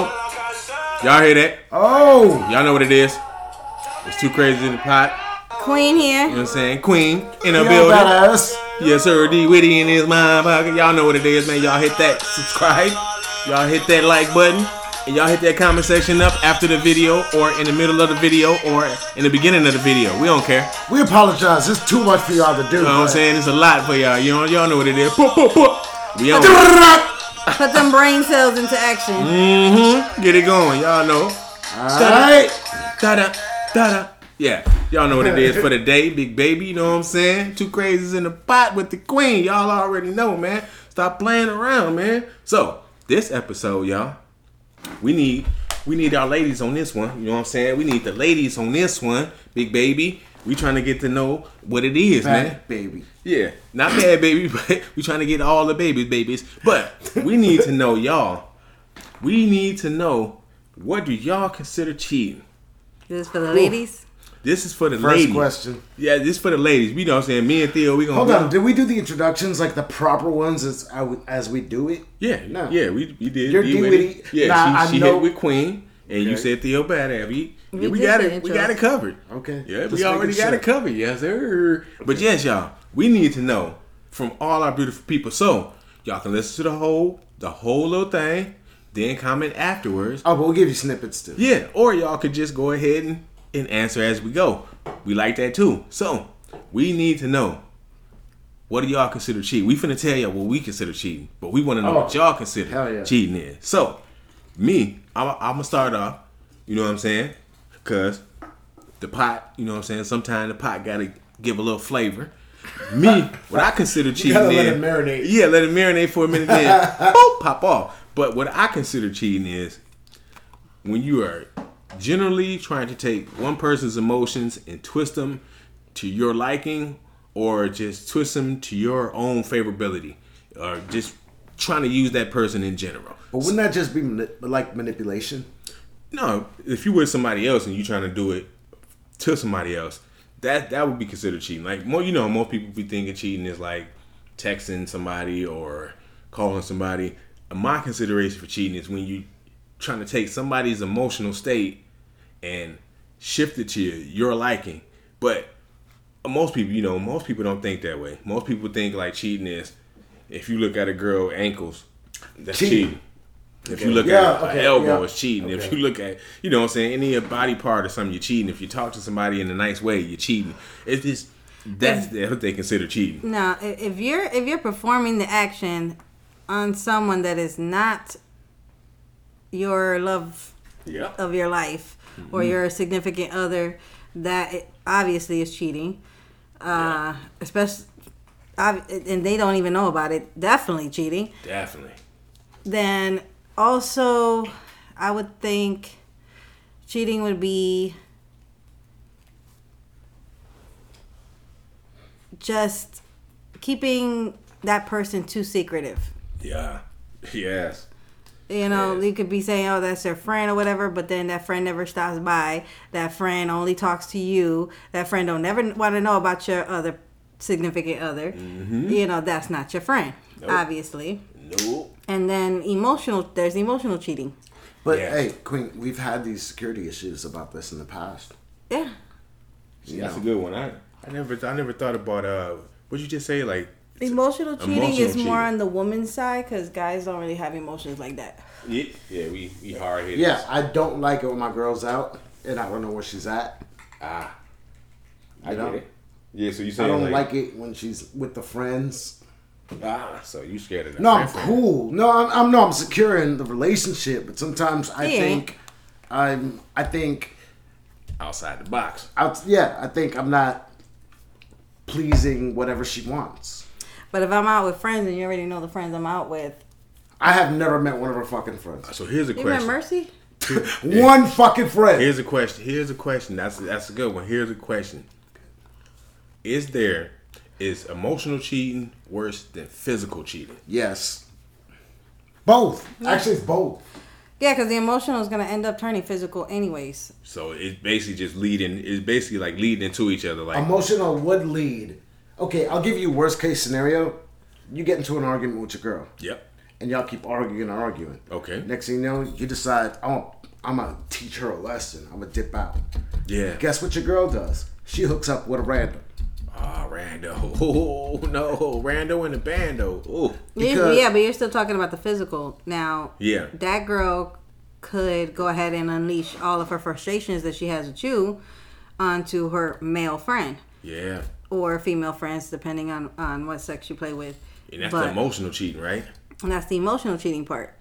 Uh-oh. Y'all hear that? Oh, Y'all know what it is. It's too crazy in the pot. Queen You here. know what I'm saying? Queen in the you know building. about us. Yes, sir. D Witty in his mind pocket. Y'all know what it is, man. Y'all hit that subscribe. Y'all hit that like button. And y'all hit that comment section up after the video or in the middle of the video or in the beginning of the video. We don't care. We apologize. It's too much for y'all to do. You know what I'm saying? It's a lot for y'all. You know, y'all know what it is. Pop, pop, pop. We on. it. Put them brain cells into action. Mhm. Get it going. Y'all know. All right. Da da da da. Yeah. Y'all know what it is for the day, big baby. You know what I'm saying? Two crazies in the pot with the queen. Y'all already know, man. Stop playing around, man. So this episode, y'all, we need we need our ladies on this one. You know what I'm saying? We need the ladies on this one, big baby. We trying to get to know what it is, man. Back, baby. Yeah, not bad, baby, but we trying to get all the babies, babies. But we need to know y'all. We need to know what do y'all consider cheating. This for the ladies. This is for the First ladies. question. Yeah, this is for the ladies. We know what I'm saying. Me and Theo, we gonna Hold we on. Did we do the introductions like the proper ones as I w- as we do it? Yeah, No. yeah, we, we did. You're D with D-Witty. it. Yeah, Nah, I she, she know- hit with Queen, and you Okay. said Theo Badass. We, yeah, We we did got the it. We intros. got it covered. Okay. Yeah, Just we already making got sure. it covered. Yes, sir. But yes, y'all, we need to know from all our beautiful people. So y'all can listen to the whole, the whole little thing, then comment afterwards. Oh, but we'll give you snippets too. Yeah, or y'all could just go ahead and, and answer as we go. We like that too. So we need to know what do y'all consider cheating? We finna tell y'all what we consider cheating, but we want to know what Oh, y'all consider hell yeah. cheating is. So me, I'm, I'm gonna start off. You know what I'm saying? Cause the pot, you know what I'm saying. Sometimes the pot gotta give a little flavor. Me, what I consider cheating gotta let is it marinate. Yeah, let it marinate for a minute, then boop, pop off. But what I consider cheating is when you are generally trying to take one person's emotions and twist them to your liking or just twist them to your own favorability or just trying to use that person in general. But wouldn't that just be mani- like manipulation? No, if you with somebody else and you trying to do it to somebody else, that that would be considered cheating. Like more, you know, most people be thinking cheating is like texting somebody or calling somebody. My consideration for cheating is when you trying to take somebody's emotional state and shift it to your liking. But most people, you know, most people don't think that way. Most people think like cheating is if you look at a girl ankles, that's Cheating. cheating. If you look Yeah, at her okay, elbow, yeah. it's cheating. If Okay. you look at, you know what I'm saying, any of your body part or something, you're cheating. If you talk to somebody in a nice way, you're cheating. It's just, that's what they consider cheating. No, i- if you're if you're performing the action on someone that is not your love Yeah. of your life or your significant other, that it obviously is cheating. Uh, especially, and they don't even know about it. Definitely cheating. Definitely. Then also, I would think cheating would be just keeping that person too secretive. Yeah. Yes. You know, Yes. you could be saying, "Oh, that's their friend" or whatever, but then that friend never stops by. That friend only talks to you. That friend don't never want to know about your other significant other. You know, that's not your friend, obviously. No. And then emotional, there's emotional cheating. But Yeah. hey, Queen, we've had these security issues about this in the past. Yeah. You That's a know. good one. I, I never, I never thought about uh, what you just say, like, Emotional cheating Emotional is more cheating. on the woman's side because guys don't really have emotions like that. yeah, yeah we, we hard headed. Yeah, I don't like it when my girl's out and I don't know where she's at. Ah. I You get know? it. Yeah, so you I saying don't like it when she's with the friends. ah, so you scared of that? No, I'm friend. cool. No, I'm, I'm no, I'm secure in the relationship, but sometimes I Yeah. think I'm. I think, Outside the box. I, yeah, I think I'm not pleasing whatever she wants. But if I'm out with friends and you already know the friends I'm out with, I have never met one of her fucking friends. So here's a you met question. Mercy? One fucking friend. Here's a question. Here's a question. That's that's a good one. Here's a question. Is there is emotional cheating worse than physical cheating? yes. Both. Actually, it's both. Yeah, because the emotional is going to end up turning physical anyways. So it's basically just leading. It's basically like leading into each other. Like Emotional would lead. Okay, I'll give you worst case scenario. You get into an argument with your girl. yep, and y'all keep arguing and arguing. Okay. Next thing you know, you decide, oh, I'm gonna teach her a lesson. I'm gonna dip out. Yeah. Guess what your girl does? She hooks up with a random. Ah, Rando. Oh no, Rando and the Bando. Oh. Because- yeah, but you're still talking about the physical now. Yeah. that girl could go ahead and unleash all of her frustrations that she has with you onto her male friend Yeah. or female friends, depending on on what sex you play with. And that's But- the emotional cheating, right? and that's the emotional cheating part.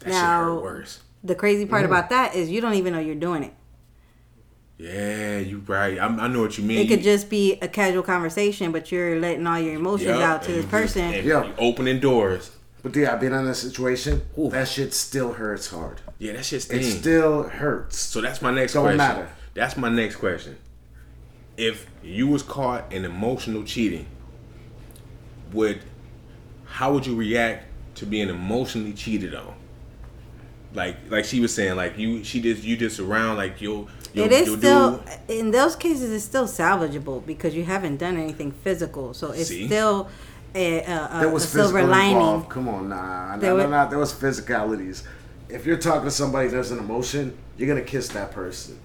That shit hurt worse. the crazy part Mm-hmm. about that is you don't even know you're doing it. Yeah, you right. I'm, I know what you mean. It could just be a casual conversation, but you're letting all your emotions Yup, out to and this you- person. and Yup. you opening doors. But yeah, I've been in that situation. Ooh. That shit still hurts hard. Yeah, that shit's It thing. still hurts. Mm. so that's my next Don't question. matter. That's my next question. If you was caught in emotional cheating, would how would you react to being emotionally cheated on? Like like she was saying, like you she did you just around like you'll you'll, It is you'll still do in those cases. It's still salvageable because you haven't done anything physical, so it's See? still a, a, a, There a was silver physical lining. involved. Come on, nah, There no, no, wa- no. There was physicalities. If you're talking to somebody that's an emotion, you're gonna kiss that person.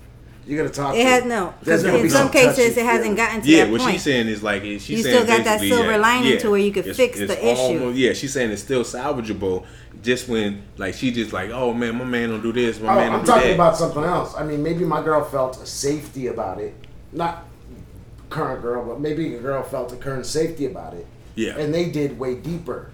You're gonna talk. It to has them. no. There's Because gonna in be some touchy cases, it feeling. hasn't gotten to Yeah, that what point. she's saying is like she's You saying still got that basically, silver yeah, lining yeah, to where you could it's- fix it's the issue. almost- yeah, she's saying it's still salvageable. Just when like she just like, oh man, my man don't do this, my Oh, man don't I'm do talking that. about something else. I mean, maybe my girl felt a safety about it. Not current girl, but maybe a girl felt a current safety about it. Yeah. And they did way deeper.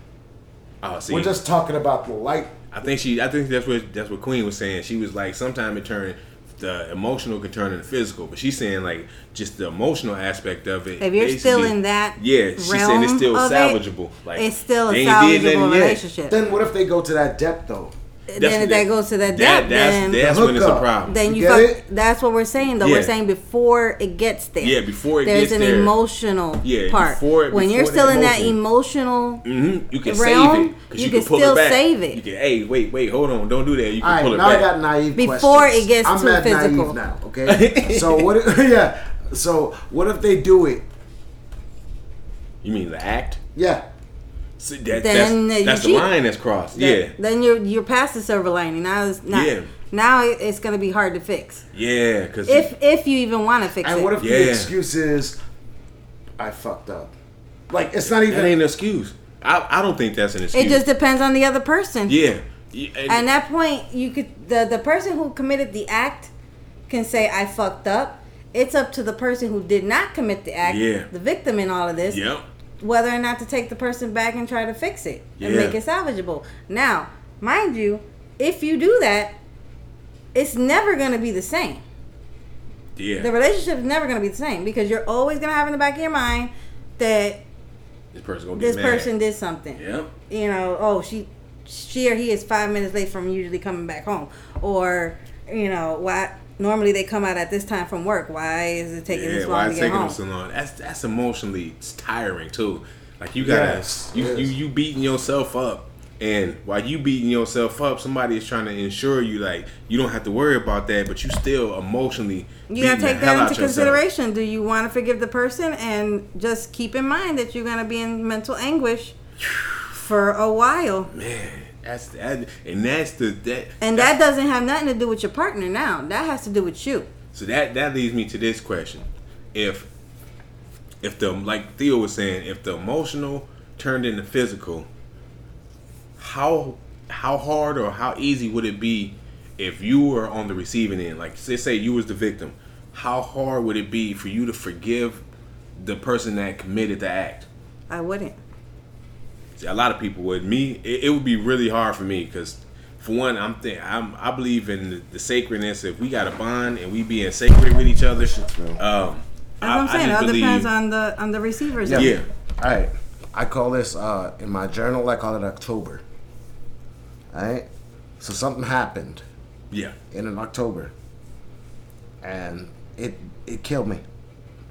oh, see, We're just talking about the light. I think she, I think that's what that's what Queen was saying. She was like, sometimes it turned the emotional could turn into physical, but she's saying like just the emotional aspect of it. If you're still basically- in that, yeah, she's saying it's realm still of it, salvageable. like it's still a they ain't did salvageable nothing yet. relationship. Then, Then what if they go to that depth though? if that goes to that That- depth, that's then that's when it's a Hookup. problem. then You you get fuck, it? that's what we're saying though Yeah. we're saying before it gets there Yeah, before it there's gets an there. emotional Yeah, part before it- when you're before still the in that emotion. emotional hmm You can Realm, save it. 'cause you can still save it. You can, hey, wait, wait, hold on, don't do that. You can All right, pull it now I back. got naive. Before questions. it gets I'm too mad physical. naive now. Okay. so what? If, yeah. So what if they do it? you mean the act? Yeah. See, that, Then that's, you that's the cheat. line that's crossed. then- yeah, then you're you're past the silver lining now it's not Yeah. now it- it's gonna be hard to fix yeah. Because if if you even want to fix And it what if Yeah. the excuse is, I fucked up? Like it's not that even. ain't an excuse. I, I don't think that's an excuse. it just depends on the other person yeah. Yeah, and- At that point, you could the the person who committed the act can say I fucked up. It's up to the person who did not commit the act, Yeah. the victim in all of this, Yep. whether or not to take the person back and try to fix it and Yeah. make it salvageable. Now, mind you, if you do that, it's never going to be the same. Yeah. The relationship is never going to be the same because you're always going to have in the back of your mind that this person gonna get this mad. person did something Yep. you know, oh she she or he is five minutes late from usually coming back home, or you know why normally they come out at this time from work. Why is it taking Yeah. this Why long it's to get taking home? them so long? That's that's emotionally it's tiring too. Like you gotta Yes, you, yes. you you beating yourself up, and while you beating yourself up, somebody is trying to ensure you like you don't have to worry about that, but you still emotionally you gotta beating the take hell that out into yourself. consideration. Do you want to forgive the person and just keep in mind that you're gonna be in mental anguish for a while, Man, that's that, and that's the that and that doesn't have nothing to do with your partner now. That has to do with you. So that that leads me to this question: If if the like Theo was saying, if the emotional turned into physical, how how hard or how easy would it be if you were on the receiving end? Like say say you was the victim, how hard would it be for you to forgive the person that committed the act? I wouldn't. See, a lot of people would. Me, it, it would be really hard for me because, for one, I'm think I'm I believe in the, the sacredness. If we got a bond and we being sacred with each other, um, That's what I'm saying. It just all believe- depends on the on the receiver's end. Yeah. All right. I call this uh, in my journal. I call it October. All right. So something happened yeah, in an October, and it it killed me.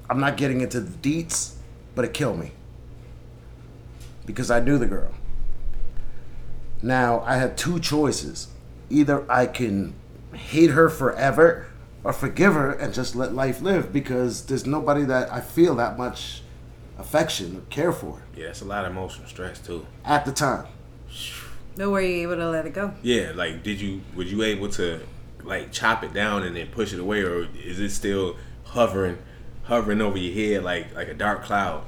I'm not getting into the deets, but it killed me because I knew the girl. Now I had two choices: either I can hate her forever, or forgive her and just let life live because there's nobody that I feel that much affection or care for yeah. That's a lot of emotional stress too. at the time. But were you able to let it go? Yeah, like did you were you able to like chop it down and then push it away or is it still hovering hovering over your head like like a dark cloud?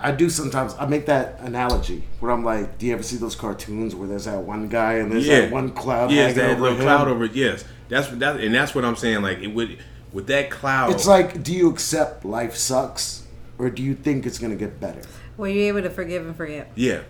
I do sometimes. I make that analogy where I'm like, do you ever see those cartoons where there's that one guy and there's that one cloud Yes, hanging that over little him? cloud over yes. That's what that and that's what I'm saying. Like it would with that cloud It's like, do you accept life sucks or do you think it's gonna get better? Were you able to forgive and forget? Yeah.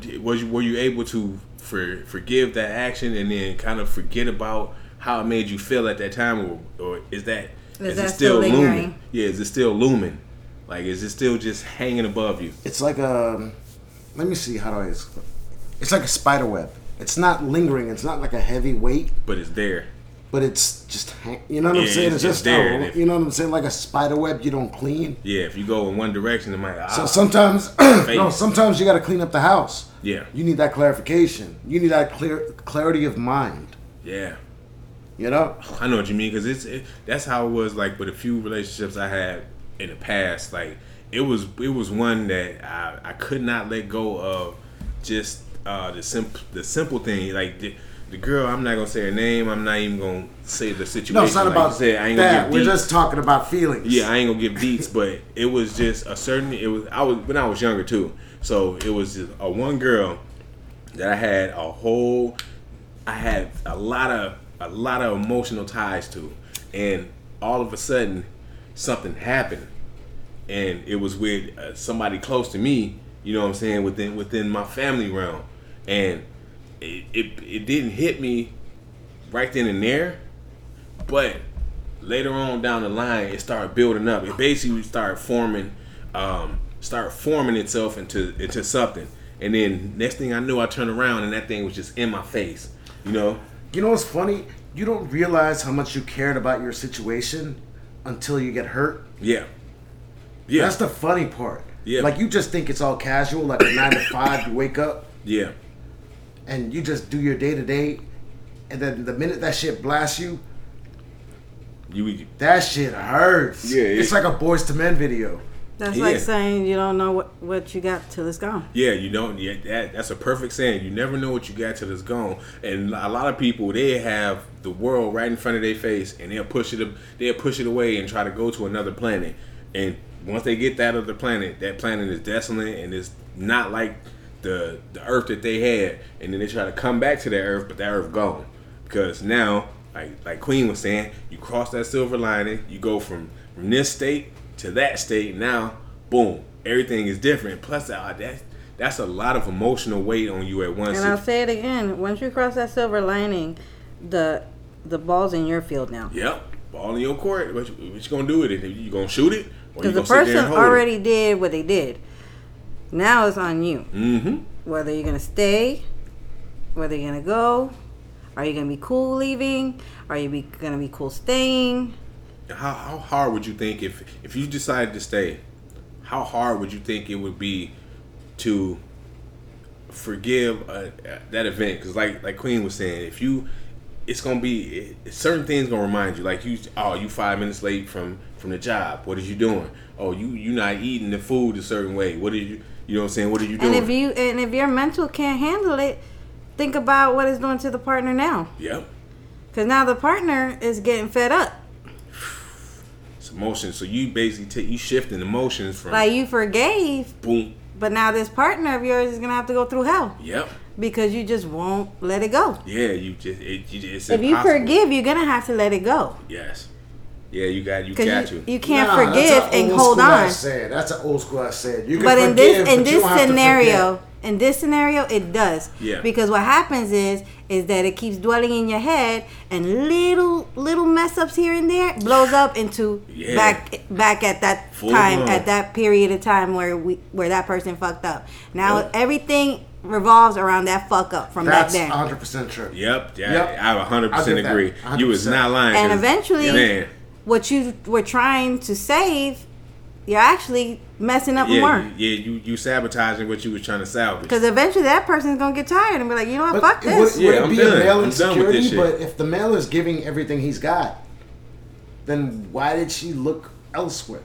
D- Was you were you able to for, forgive that action and then kind of forget about how it made you feel at that time, or, or is that is, that it still, still lingering? looming? Yeah, is it still looming? Like, is it still just hanging above you? It's like a, let me see how do I, explain- it's like a spider web. It's not lingering. It's not like a heavy weight, But it's there. but it's just, hang, you know what I'm Yeah, saying? it's It's just just, there, a- and if- you know what I'm saying? Like a spider web, you don't clean. Yeah, if you go in one direction, it might. Ah, So sometimes, no, Faded. sometimes you got to clean up the house. Yeah. You need that clarification. You need that clear clarity of mind. yeah, You know, I know what you mean because it's it, that's how it was like with a few relationships I had in the past. Like it was it was one that I, I could not let go of just uh, the simple the simple thing like the, the girl. I'm not gonna say her name. I'm not even gonna say the situation. no, it's not Like about you said, I ain't gonna that. give We're deets. just talking about feelings. Yeah, I ain't gonna give deets, but it was just a certain. It was I was when I was younger too, so it was just a one girl that I had a whole. I had a lot of a lot of emotional ties to, and all of a sudden, something happened, and it was with uh, somebody close to me. You know what I'm saying within within my family realm, and it it, it didn't hit me right then and there, but later on down the line, it started building up. It basically started forming, um, started forming itself into into something. And then next thing I knew, I turned around and that thing was just in my face. You know? You know what's funny? You don't realize how much you cared about your situation until you get hurt. Yeah. Yeah. That's the funny part. Yeah. Like you just think it's all casual, like a nine to five. You wake up yeah. and you just do your day to day, and then the minute that shit blasts you, You. that shit hurts. Yeah, It's it- like a boys to men video. That's Yeah. like saying you don't know what, what you got till it's gone. Yeah, you don't. Yeah, that, that's a perfect saying. You never know what you got till it's gone. And a lot of people, they have the world right in front of their face, and they'll push it. They'll push it away and try to go to another planet. And once they get that other planet, that planet is desolate and it's not like the the Earth that they had. And then they try to come back to that Earth, but that Earth gone because now, like like Queen was saying, you cross that silver lining, you go from from this state to that state. Now, boom, everything is different. Plus, uh, that that's a lot of emotional weight on you at once. And I'll say it again. Once you cross that silver lining, the the ball's in your field now. Yep, ball in your court. What you, what you gonna do with it? You gonna shoot it? Or you Because the gonna sit there person and hold it? already did what they did. Now it's on you. Mm. Mm-hmm. Whether you're gonna stay, whether you're gonna go, are you gonna be cool leaving? Are you be, gonna be cool staying? How, how hard would you think if if you decided to stay? How hard would you think it would be to forgive uh, uh, that event? Because like like Queen was saying, if you, it's gonna be it, certain things gonna remind you. Like you, oh, you five minutes late from from the job. What are you doing? Oh, you you not eating the food a certain way. What are you? You know what I'm saying? What are you doing? And if you and if your mental can't handle it, think about what it's doing to the partner now. yep. Because now the partner is getting fed up. It's emotions. So you basically take you shifting emotions from Like you forgave, boom. but now this partner of yours is gonna have to go through hell Yep. because you just won't let it go. Yeah. You just it, you, it's If you impossible. forgive, you're gonna have to let it go Yes. Yeah, you got you got because you. you, you can't Nah, that's forgive a and old hold school on. ass Saying. That's an old school I said. You can But in forgive, this in but you this don't have to scenario, forget. in this scenario, it does. Yeah. Because what happens is is that it keeps dwelling in your head, and little little mess ups here and there blows up into Yeah. back back at that Full time blown. at that period of time where we where that person fucked up. Now Yep. everything revolves around that fuck up from That's back then. 100 percent true. Yep, yeah, Yep. I I hundred I'll percent give that. agree. You was 100%. not lying. and 'cause- eventually, man, what you were trying to save, you're actually messing up more. yeah, you, yeah, you you sabotaging what you was trying to salvage. Because eventually that person's gonna get tired and be like, you know what, But fuck it would, this. Yeah, would it I'm be done. a male I'm done with this insecurity? shit. But if the male is giving everything he's got, then why did she look elsewhere?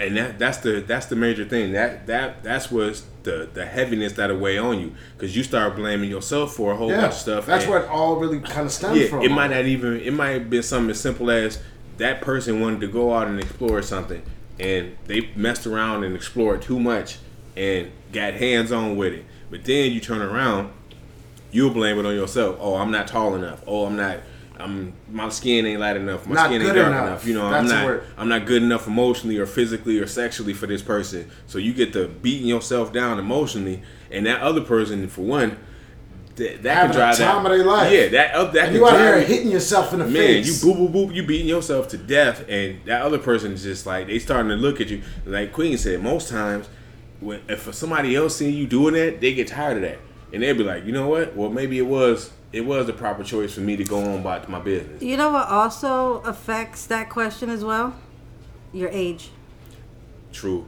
and that that's the that's the major thing that that that's what's the, the heaviness that'll weigh on you because you start blaming yourself for a whole bunch Yeah, of stuff. that's and- where it all really kind of stems Yeah, from. it might not even. It might have been something as simple as that person wanted to go out and explore something, and they messed around and explored too much, and got hands on with it. But then you turn around, you'll blame it on yourself. Oh, I'm not tall enough. Oh, I'm not. I'm my skin ain't light enough. My Not skin ain't good dark enough. enough. You know, That's the I'm not. word. I'm not good enough emotionally or physically or sexually for this person. So you get to beating yourself down emotionally, and that other person, for one, that, that Having can the drive time that. of their life. Yeah, that up that And can you out drive here you- hitting yourself in the Man, you face. boop boop boop, you beating yourself to death, and that other person is just like they starting to look at you. Like Queen said, most times, when if somebody else seeing you doing that, they get tired of that, and they'll be like, you know what? Well, maybe it was it was the proper choice for me to go on about my business. You know what also affects that question as well? Your age. True.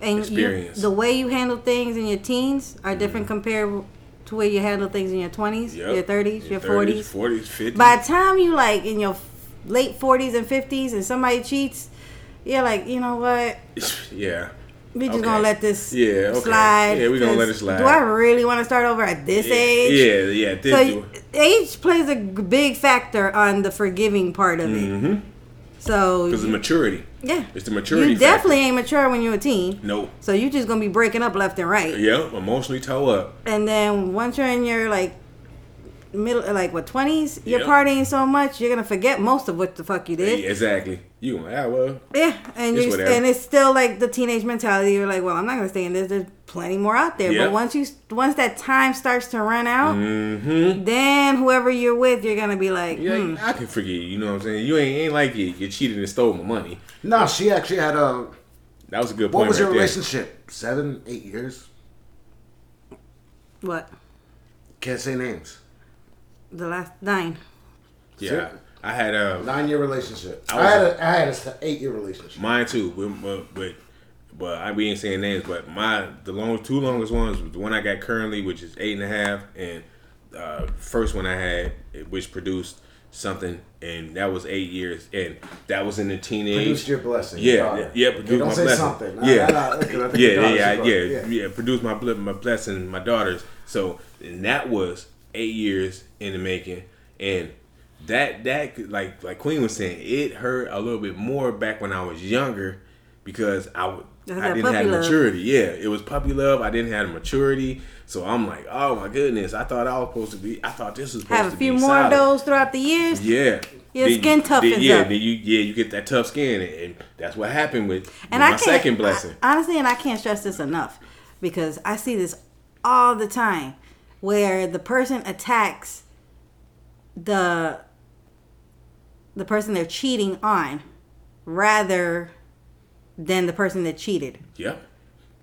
And you- Experience. Mm-hmm. the way you handle things in your teens are different compared to where you handle things in your 20s, Yep. your 30s, your, 40s. forties, fifties. By the time you like in your f- late 40s and 50s and somebody cheats, you're like, you know what? yeah. We just Okay. gonna let this Yeah, okay. slide. Yeah, we gonna let it 'cause slide. Do I really want to start over at this age? Yeah, yeah. This so do- y- age plays a g- big factor on the forgiving part of it. Mhm. So Because of maturity. yeah, It's the maturity. You definitely ain't mature when you're a teen. Factor. No. So you're just gonna be breaking up left and right. Yep. Emotionally toe up. And then once you're in your like middle, like what twenties, you're Yeah. partying so much you're gonna forget most of what the fuck you did. Yeah, exactly. You gonna ah well. Yeah, and It's you whatever. and it's still like the teenage mentality. You're like, well, I'm not gonna stay in this. There's plenty more out there. Yeah. But once you once that time starts to run out, Mm-hmm. then whoever you're with, you're gonna be like, Yeah, hmm. I can forgive you. You know what I'm saying? You ain't, ain't like you. You cheated and stole my money. no, she actually had a. That was a good What point. was right your there. relationship? Seven, eight years. what Can't say names. the last nine. Yeah, I had uh, Nine year relationship. I I, was- had a, I had a eight year relationship. mine too. But but, but, but I, we ain't saying names. But my the long two longest ones was the one I got currently, which is eight and a half, and uh, first one I had, which produced something, and that was eight years, and that was in the teenage. Produced your blessing. Yeah, your daughter. yeah, yeah, Okay, produced don't my say blessing. something. Yeah. I, I, I, 'cause I think your yeah, daughter's yeah, your yeah, brother. yeah, yeah. Produced my bl- my blessing, my daughters. So and that was eight years in the making, and that that like like Queen was saying, it hurt a little bit more back when I was younger because I would. That's I that didn't have puppy love. maturity. Yeah, it was puppy love. I didn't have maturity, so I'm like, oh my goodness. I thought I was supposed to be. I thought this was supposed Have to a be few more solid. of those throughout the years. Yeah. Your Then skin you- toughens then, yeah, up. Then you, yeah, you get that tough skin, and, and that's what happened with, with and my I can't, second blessing. I- honestly, and I can't stress this enough because I see this all the time where the person attacks the the person they're cheating on rather than the person that cheated. Yep.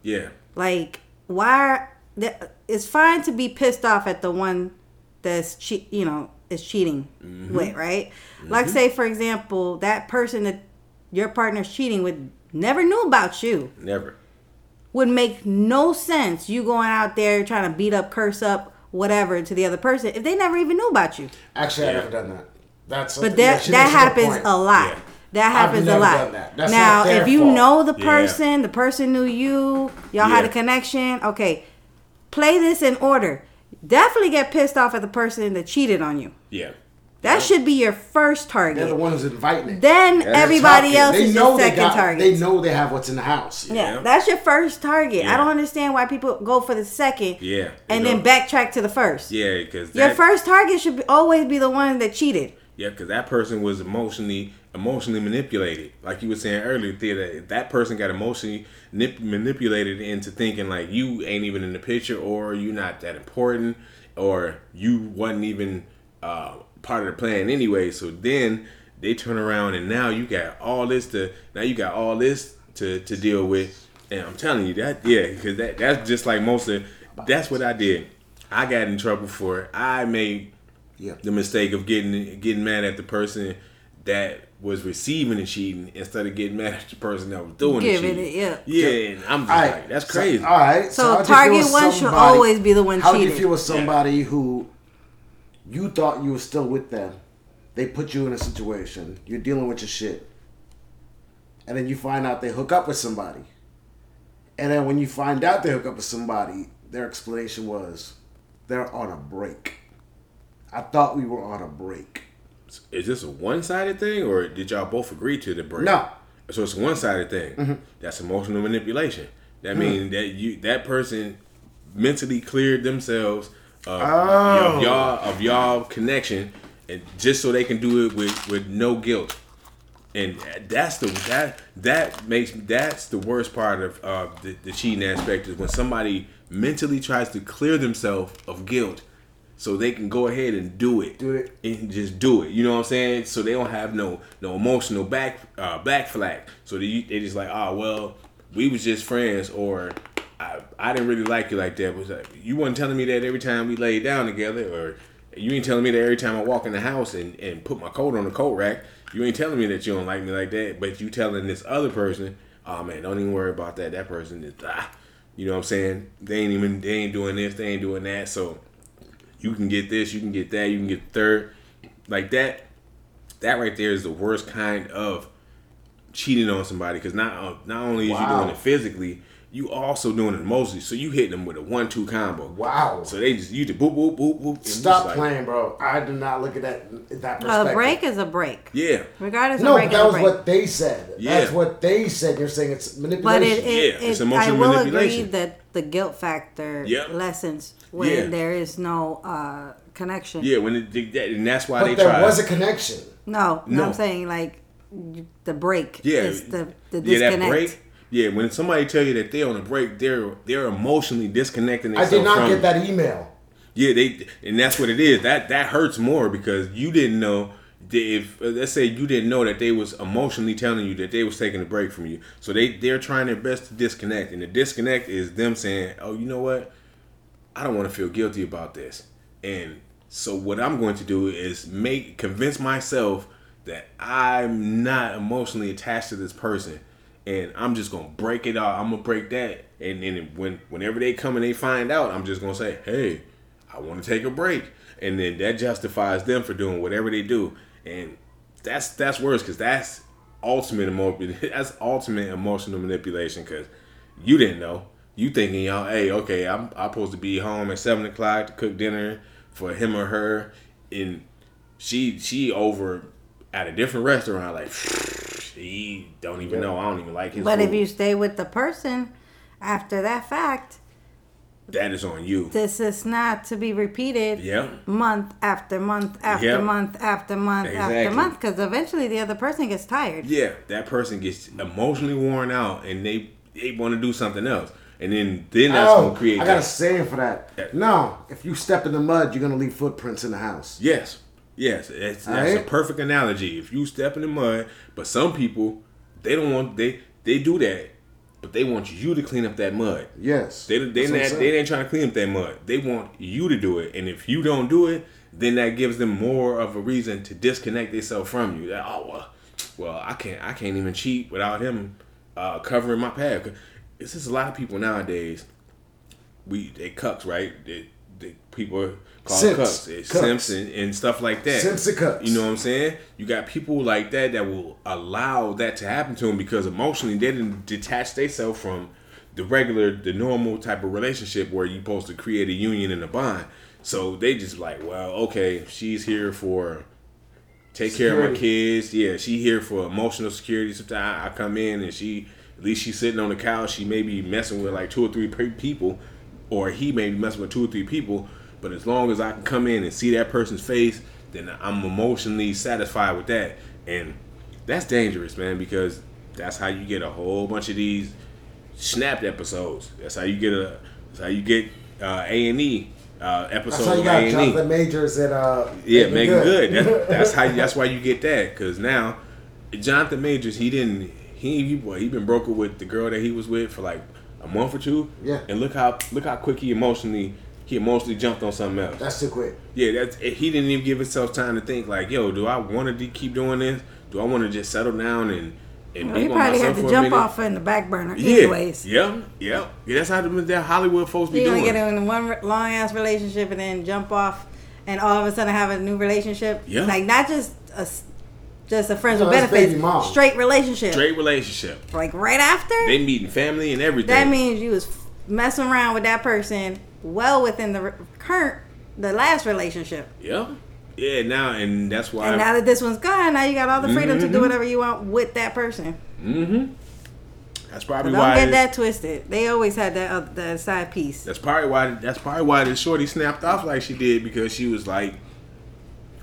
Yeah. Like, why? That, it's fine to be pissed off at the one that's che- you know is cheating Mm-hmm. with, right? Like, say for example, that person that your partner's cheating with never knew about you. Never. Would make no sense you going out there trying to beat up, curse up, whatever to the other person if they never even knew about you. Actually, Yeah. I've never done that. That's But that that happens a lot. Yeah. That happens a never lot. done that. That's now, not their if you fault. know the Yeah. person, the person knew you, y'all had Yeah. a connection. Okay, play this in order. Definitely get pissed off at the person that cheated on you. Yeah. That should be your first They're the target. ones inviting it. Then the everybody target. else is your they second got- target. They know they have what's in the house. Yeah, Yeah. that's your first target. Yeah. I don't understand why people go for the second. Yeah, and you then know. backtrack to the first. Yeah, because Your that, first target should be, always be the one that cheated. yeah, 'cause that person was emotionally emotionally manipulated. Like you were saying earlier, Thea, that that person got emotionally nip- manipulated into thinking like you ain't even in the picture, or you not that important, or you wasn't even uh, part of the plan anyway. So then they turn around and now you got all this to now you got all this to to deal with. And I'm telling you that yeah, because that that's just like most of that's what I did. I got in trouble for it. I made Yeah. the mistake of getting getting mad at the person that was receiving the cheating instead of getting mad at the person that was doing Giving the cheating. it, yeah. Yeah, and I'm just All like, that's crazy. So, all right. So how'd you target feel with one should always be the one How did you cheating. feel with somebody who you thought you were still with them? They put you in a situation. You're dealing with your shit, and then you find out they hook up with somebody, And then when you find out they hook up with somebody, their explanation was they're on a break. I thought we were on a break. Is this a one sided thing or did y'all both agree to the break? No. Mm-hmm. So it's a one sided thing. That's emotional manipulation. That means that you that person mentally cleared themselves of, Oh. of y'all of y'all connection and just so they can do it with, with no guilt. And that's the that that makes that's the worst part of uh, the, the cheating aspect is when somebody mentally tries to clear themselves of guilt so they can go ahead and do it Do it. and just do it. You know what I'm saying? So they don't have no no emotional back uh, backflack. So they they just like, oh well, we was just friends, or I I didn't really like you like that. But it's like, you wasn't telling me that every time we laid down together, or you ain't telling me that every time I walk in the house and and put my coat on the coat rack. You ain't telling me that you don't like me like that. But you telling this other person, oh man, don't even worry about that. That person is ah. You know what I'm saying? They ain't even they ain't doing this, they ain't doing that. So you can get this, you can get that, you can get third. Like that, that right there is the worst kind of cheating on somebody because not uh, not only is you Wow. doing it physically, you also doing it emotionally. So you hitting them with a one-two combo. Wow. So they just you just boop boop boop boop. and it's Stop like- playing, bro. I did not look at that that perspective. A break is a break. Yeah, Regardless No, of break but that is a was break. what they said. Yeah. That's what they said. You're saying it's But manipulation. it, it, Yeah, it's it- emotional I will agree manipulation. that the guilt factor Yeah. lessens when Yeah. there is no uh, connection. yeah. When it, did that, and that's why but they there try. was a connection. No, no, No. I'm saying like you- the break yeah, is the, the yeah, disconnect. that break. Yeah, when somebody tell you that they're on a break, they're they're emotionally disconnecting. I did themselves not from get you. that email. Yeah, they and that's what it is. That that hurts more because you didn't know that if uh, let's say you didn't know that they was emotionally telling you that they was taking a break from you. So they they're trying their best to disconnect, and the disconnect is them saying, "Oh, you know what? I don't want to feel guilty about this." And so what I'm going to do is make convince myself that I'm not emotionally attached to this person. And I'm just gonna break it out. I'm gonna break that, and then when whenever they come and they find out, I'm just gonna say, "Hey, I want to take a break, and then that justifies them for doing whatever they do, and that's that's worse because that's ultimate emo- that's ultimate emotional manipulation because you didn't know you thinking y'all hey okay I'm I'm supposed to be home at seven o'clock to cook dinner for him or her and she she over at a different restaurant like she don't even know I don't even like his But if food. you stay with the person after that fact, that is on you this is not to be repeated Yeah. month after month after Yeah. month after month after Exactly. month because eventually the other person gets tired. Yeah, that person gets emotionally worn out, and they they want to do something else, and then then that's Oh, gonna create. I got a that. saying for that. Yeah. No, if you step in the mud, you're gonna leave footprints in the house. Yes, yes, that's, that's a Alright. perfect analogy. If you step in the mud, but some people they don't want they they do that, but they want you to clean up that mud. Yes. They they That's what I'm not, saying. they ain't trying to clean up that mud. They want you to do it, and if you don't do it, then that gives them more of a reason to disconnect themselves from you. That oh well, well I can't I can't even cheat without him uh, covering my path. 'Cause It's just a lot of people nowadays. We they cucks right. They, they, people call Simps. cucks, It's Cucks. simps and, and stuff like that. Simps and cucks. You know what I'm saying? You got people like that that will allow that to happen to them because emotionally they didn't detach themselves from the regular, the normal type of relationship where you're supposed to create a union and a bond. So they just like, well, okay, she's here for take care of my kids. Yeah, she here for emotional security. Sometimes I come in and she, at least she's sitting on the couch. She may be messing with like two or three pe- people, or he may be messing with two or three people. But as long as I can come in and see that person's face, then I'm emotionally satisfied with that. And that's dangerous, man, because that's how you get a whole bunch of these snapped episodes. That's how you get a. That's how you get uh, A and E uh, episodes. That's how you of got A&E. Jonathan Majors and uh. E. Yeah, Megan Megan Good. That, that's how. That's why you get that. Because now, Jonathan Majors, he didn't. He he, boy, he been broken with the girl that he was with for like a month or two. Yeah. And look how look how quick he emotionally he emotionally jumped on something else. That's too quick. Yeah, that's he didn't even give himself time to think like, yo, do I want to de- keep doing this? Do I want to just settle down and and Well, he be by probably myself had for to a jump minute? off in the back burner, Yeah. anyways. Yeah. Yeah. Yeah. That's how the, that Hollywood folks be You're gonna doing. get in one long ass relationship and then jump off, and all of a sudden have a new relationship. Yeah. Like not just a s- Just a friends No, with that's benefits. baby mom. Straight relationship. Straight relationship. Like right after? They meeting family and everything. that means you was f- messing around with that person well within the re- current, the last relationship. Yep. Yeah. Now and that's why. And now that this one's gone, now you got all the freedom Mm-hmm. to do whatever you want with that person. that's probably Don't why. get that twisted. They always had that other that side piece. That's probably why. That's probably why the shorty snapped off like she did because she was like,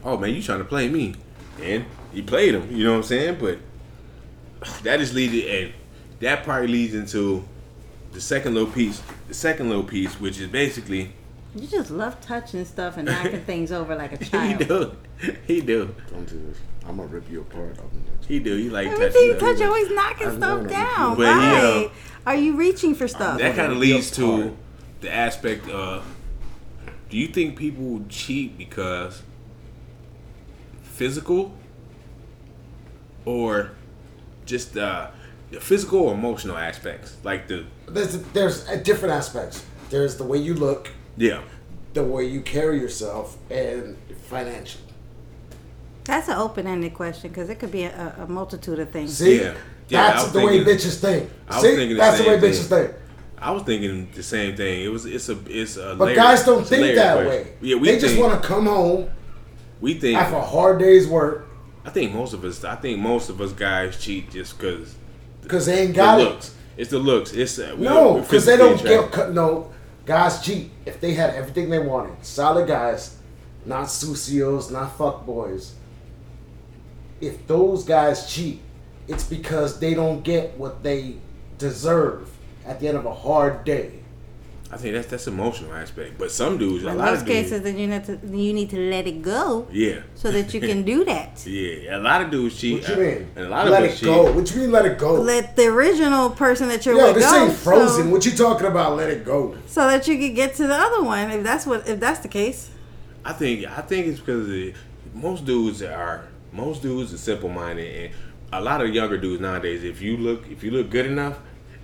"Oh man, you trying to play me?" And he played him. You know what I'm saying? But that is leading, and that probably leads into the second little piece. The second little piece, which is basically You just love touching stuff and knocking things over like a he child. do, he do, Don't do this. I'm gonna rip you apart. on the next- he do. He like Everything you touching. touch, stuff. you're always knocking I stuff know. down. But he, Why uh, are you reaching for stuff? That kind of Real leads hard. to the aspect of do you think people cheat because physical or just uh, the physical or emotional aspects? Like the, There's there's uh, different aspects. There's the way you look, yeah. the way you carry yourself, and financial. That's an open-ended question because it could be a, a multitude of things. See, Yeah. Yeah, I that's was the way thinking- bitches think. I was See, thinking the that's the way same bitches thing. think. I was thinking the same thing. It was it's a it's a. But layered- guys don't it's a think layered that question. way. Yeah, we they think, just want to come home We think after a hard day's work I think most of us. I think most of us guys cheat just because because they ain't the got it. looks. It's the looks. It's uh, we- No, we're because they don't physically get cut. No, guys cheat. If they had everything they wanted, solid guys, not sucios, not fuckboys. If those guys cheat, it's because they don't get what they deserve at the end of a hard day. I think that's that's emotional aspect. But some dudes, a In lot of most dudes, cases, then you need to you need to let it go yeah, so that you can do that. yeah, a lot of dudes cheat. uh, What you mean? And a lot let of us it cheat. go. What you mean? Let it go. Let the original person that you're Yo, with this go, ain't frozen. So, What you talking about? Let it go. so that you could get to the other one, if that's what if that's the case. I think I think it's because the, most dudes are most dudes are simple minded, and a lot of younger dudes nowadays, if you look if you look good enough,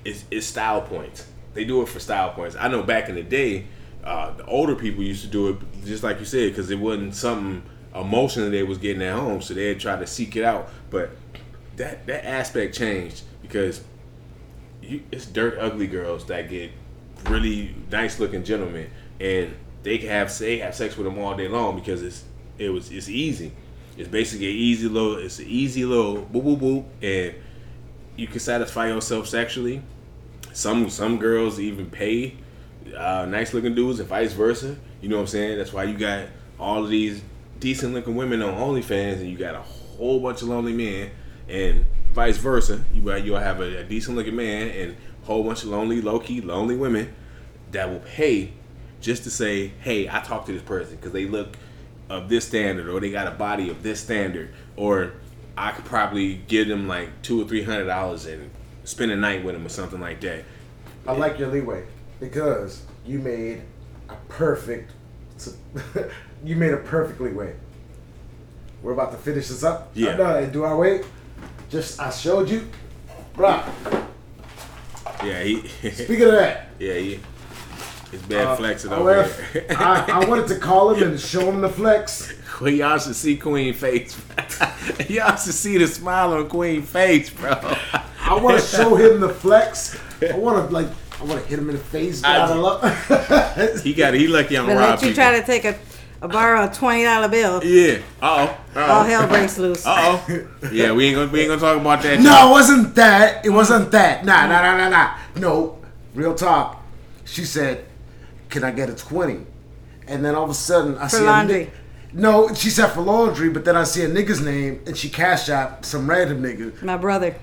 it's it's style points. They do it for style points. I know back in the day, uh, the older people used to do it just like you said because it wasn't something emotional they was getting at home, so they'd try to seek it out. But that that aspect changed because you, it's dirt ugly girls that get really nice looking gentlemen, and they can have they have sex with them all day long because it's it was it's easy. It's basically an easy little it's an easy little boop boop boop, and you can satisfy yourself sexually. Some some girls even pay uh, nice looking dudes and vice versa. You know what I'm saying? That's why you got all of these decent looking women on OnlyFans, and you got a whole bunch of lonely men, and vice versa. You got you'll have a, a decent looking man and a whole bunch of lonely, low key, lonely women that will pay just to say, "Hey, I talked to this person because they look of this standard, or they got a body of this standard, or I could probably give them like two or three hundred dollars and spend a night with them or something like that." I like your leeway because you made a perfect. you made a perfect leeway. We're about to finish this up. Yeah. I'm done. do I wait? Just I showed you, bro. Yeah, he. Speaking of that, uh, yeah, he. It's bad flexing I, over left, here. oh, I, I wanted to call him and show him the flex. Well, y'all should see Queen face. y'all should see the smile on Queen face, bro. I want to show him the flex. I want to like. I want to hit him in the face. I God, I do. love. He got he lucky I'm But robbed let you people. try to take a, a borrow a twenty dollar bill. yeah. Uh oh. All Uh hell breaks loose. oh. Yeah, we ain't gonna we ain't gonna talk about that. No, it wasn't that. It wasn't that. Nah, nah, nah, nah, nah. No, real talk. She said, "Can I get a 20? And then all of a sudden, I see A laundry. ni- no, she said for laundry, but then I see a nigga's name and she cashed out some random nigga. My brother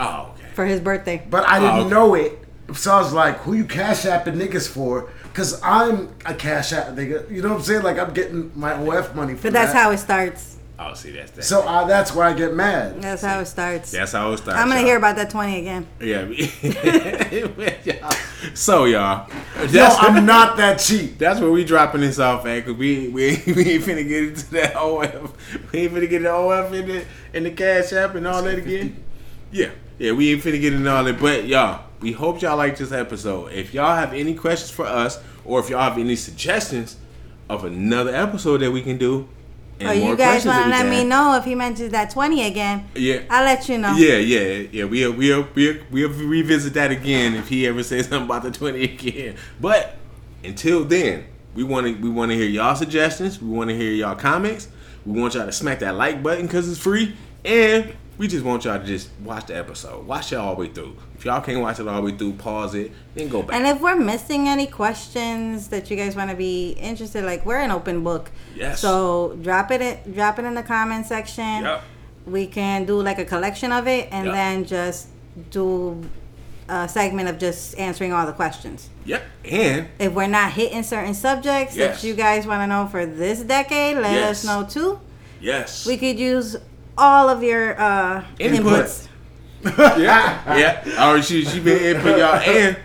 Oh, okay. for his birthday. But I didn't Oh, okay. know it, so I was like, "Who you cash apping niggas for?" Because I'm a cash app nigga. You know what I'm saying? Like I'm getting my OF money. For But that's that. how it starts. Oh, see that's that. So I, that's where I get mad. That's how it starts. that's how it starts. I'm gonna y'all. hear about that twenty again. Yeah. so y'all, No, that's I'm not that cheap. That's where we dropping this off at, cause we we ain't, we ain't finna get into that OF. We ain't finna get the OF in the in the cash app and all that again. Yeah, yeah, we ain't finna get into all that. But y'all, we hope y'all like this episode. If y'all have any questions for us, or if y'all have any suggestions of another episode that we can do, and Or Oh, you more guys questions want to every let time. me know if he mentions that 20 again. Yeah. I'll let you know. Yeah, yeah, yeah. We'll we'll we'll we'll revisit that again if he ever says something about the twenty again. But until then, we want to we want to hear y'all suggestions. We want to hear y'all comments. We want y'all to smack that like button because it's free, and we just want y'all to just watch the episode. Watch it all the way through. If y'all can't watch it all the way through, pause it, then go back. And if we're missing any questions that you guys want to be interested, like we're an open book. Yes. So drop it, in, drop it in the comment section. Yep. We can do like a collection of it, and Yep. then just do a segment of just answering all the questions. Yep. And If we're not hitting certain subjects Yes. that you guys want to know for this decade, let Yes. us know too. yes, We could use all of your uh, Input. inputs. yeah, yeah. All right, she she been in for y'all, and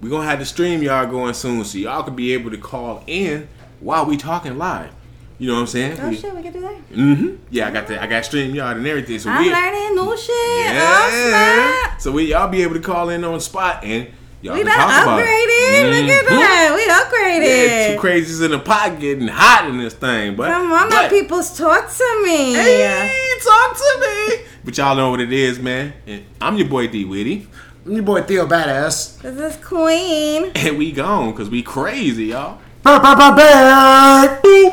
we gonna have the stream y'all going soon, so y'all could be able to call in while we talking live. You know what I'm saying? Oh shit, we could do that. Mm-hmm. Yeah, I got that. I got stream yard and everything. So I'm we, learning new shit. Oh, snap. yeah. So we y'all be able to call in on spot and y'all We can done talk about upgraded. it. Look at Mhm. Yeah, that. two We upgraded. crazies in the pot getting hot in this thing, but Come on, my but- people's talk to me. Hey, talk to me. But y'all know what it is, man. And I'm your boy D Witty. I'm your boy Theo Badass. This is Queen. And we gone because we crazy, y'all. Ba, ba, ba, ba. Boop.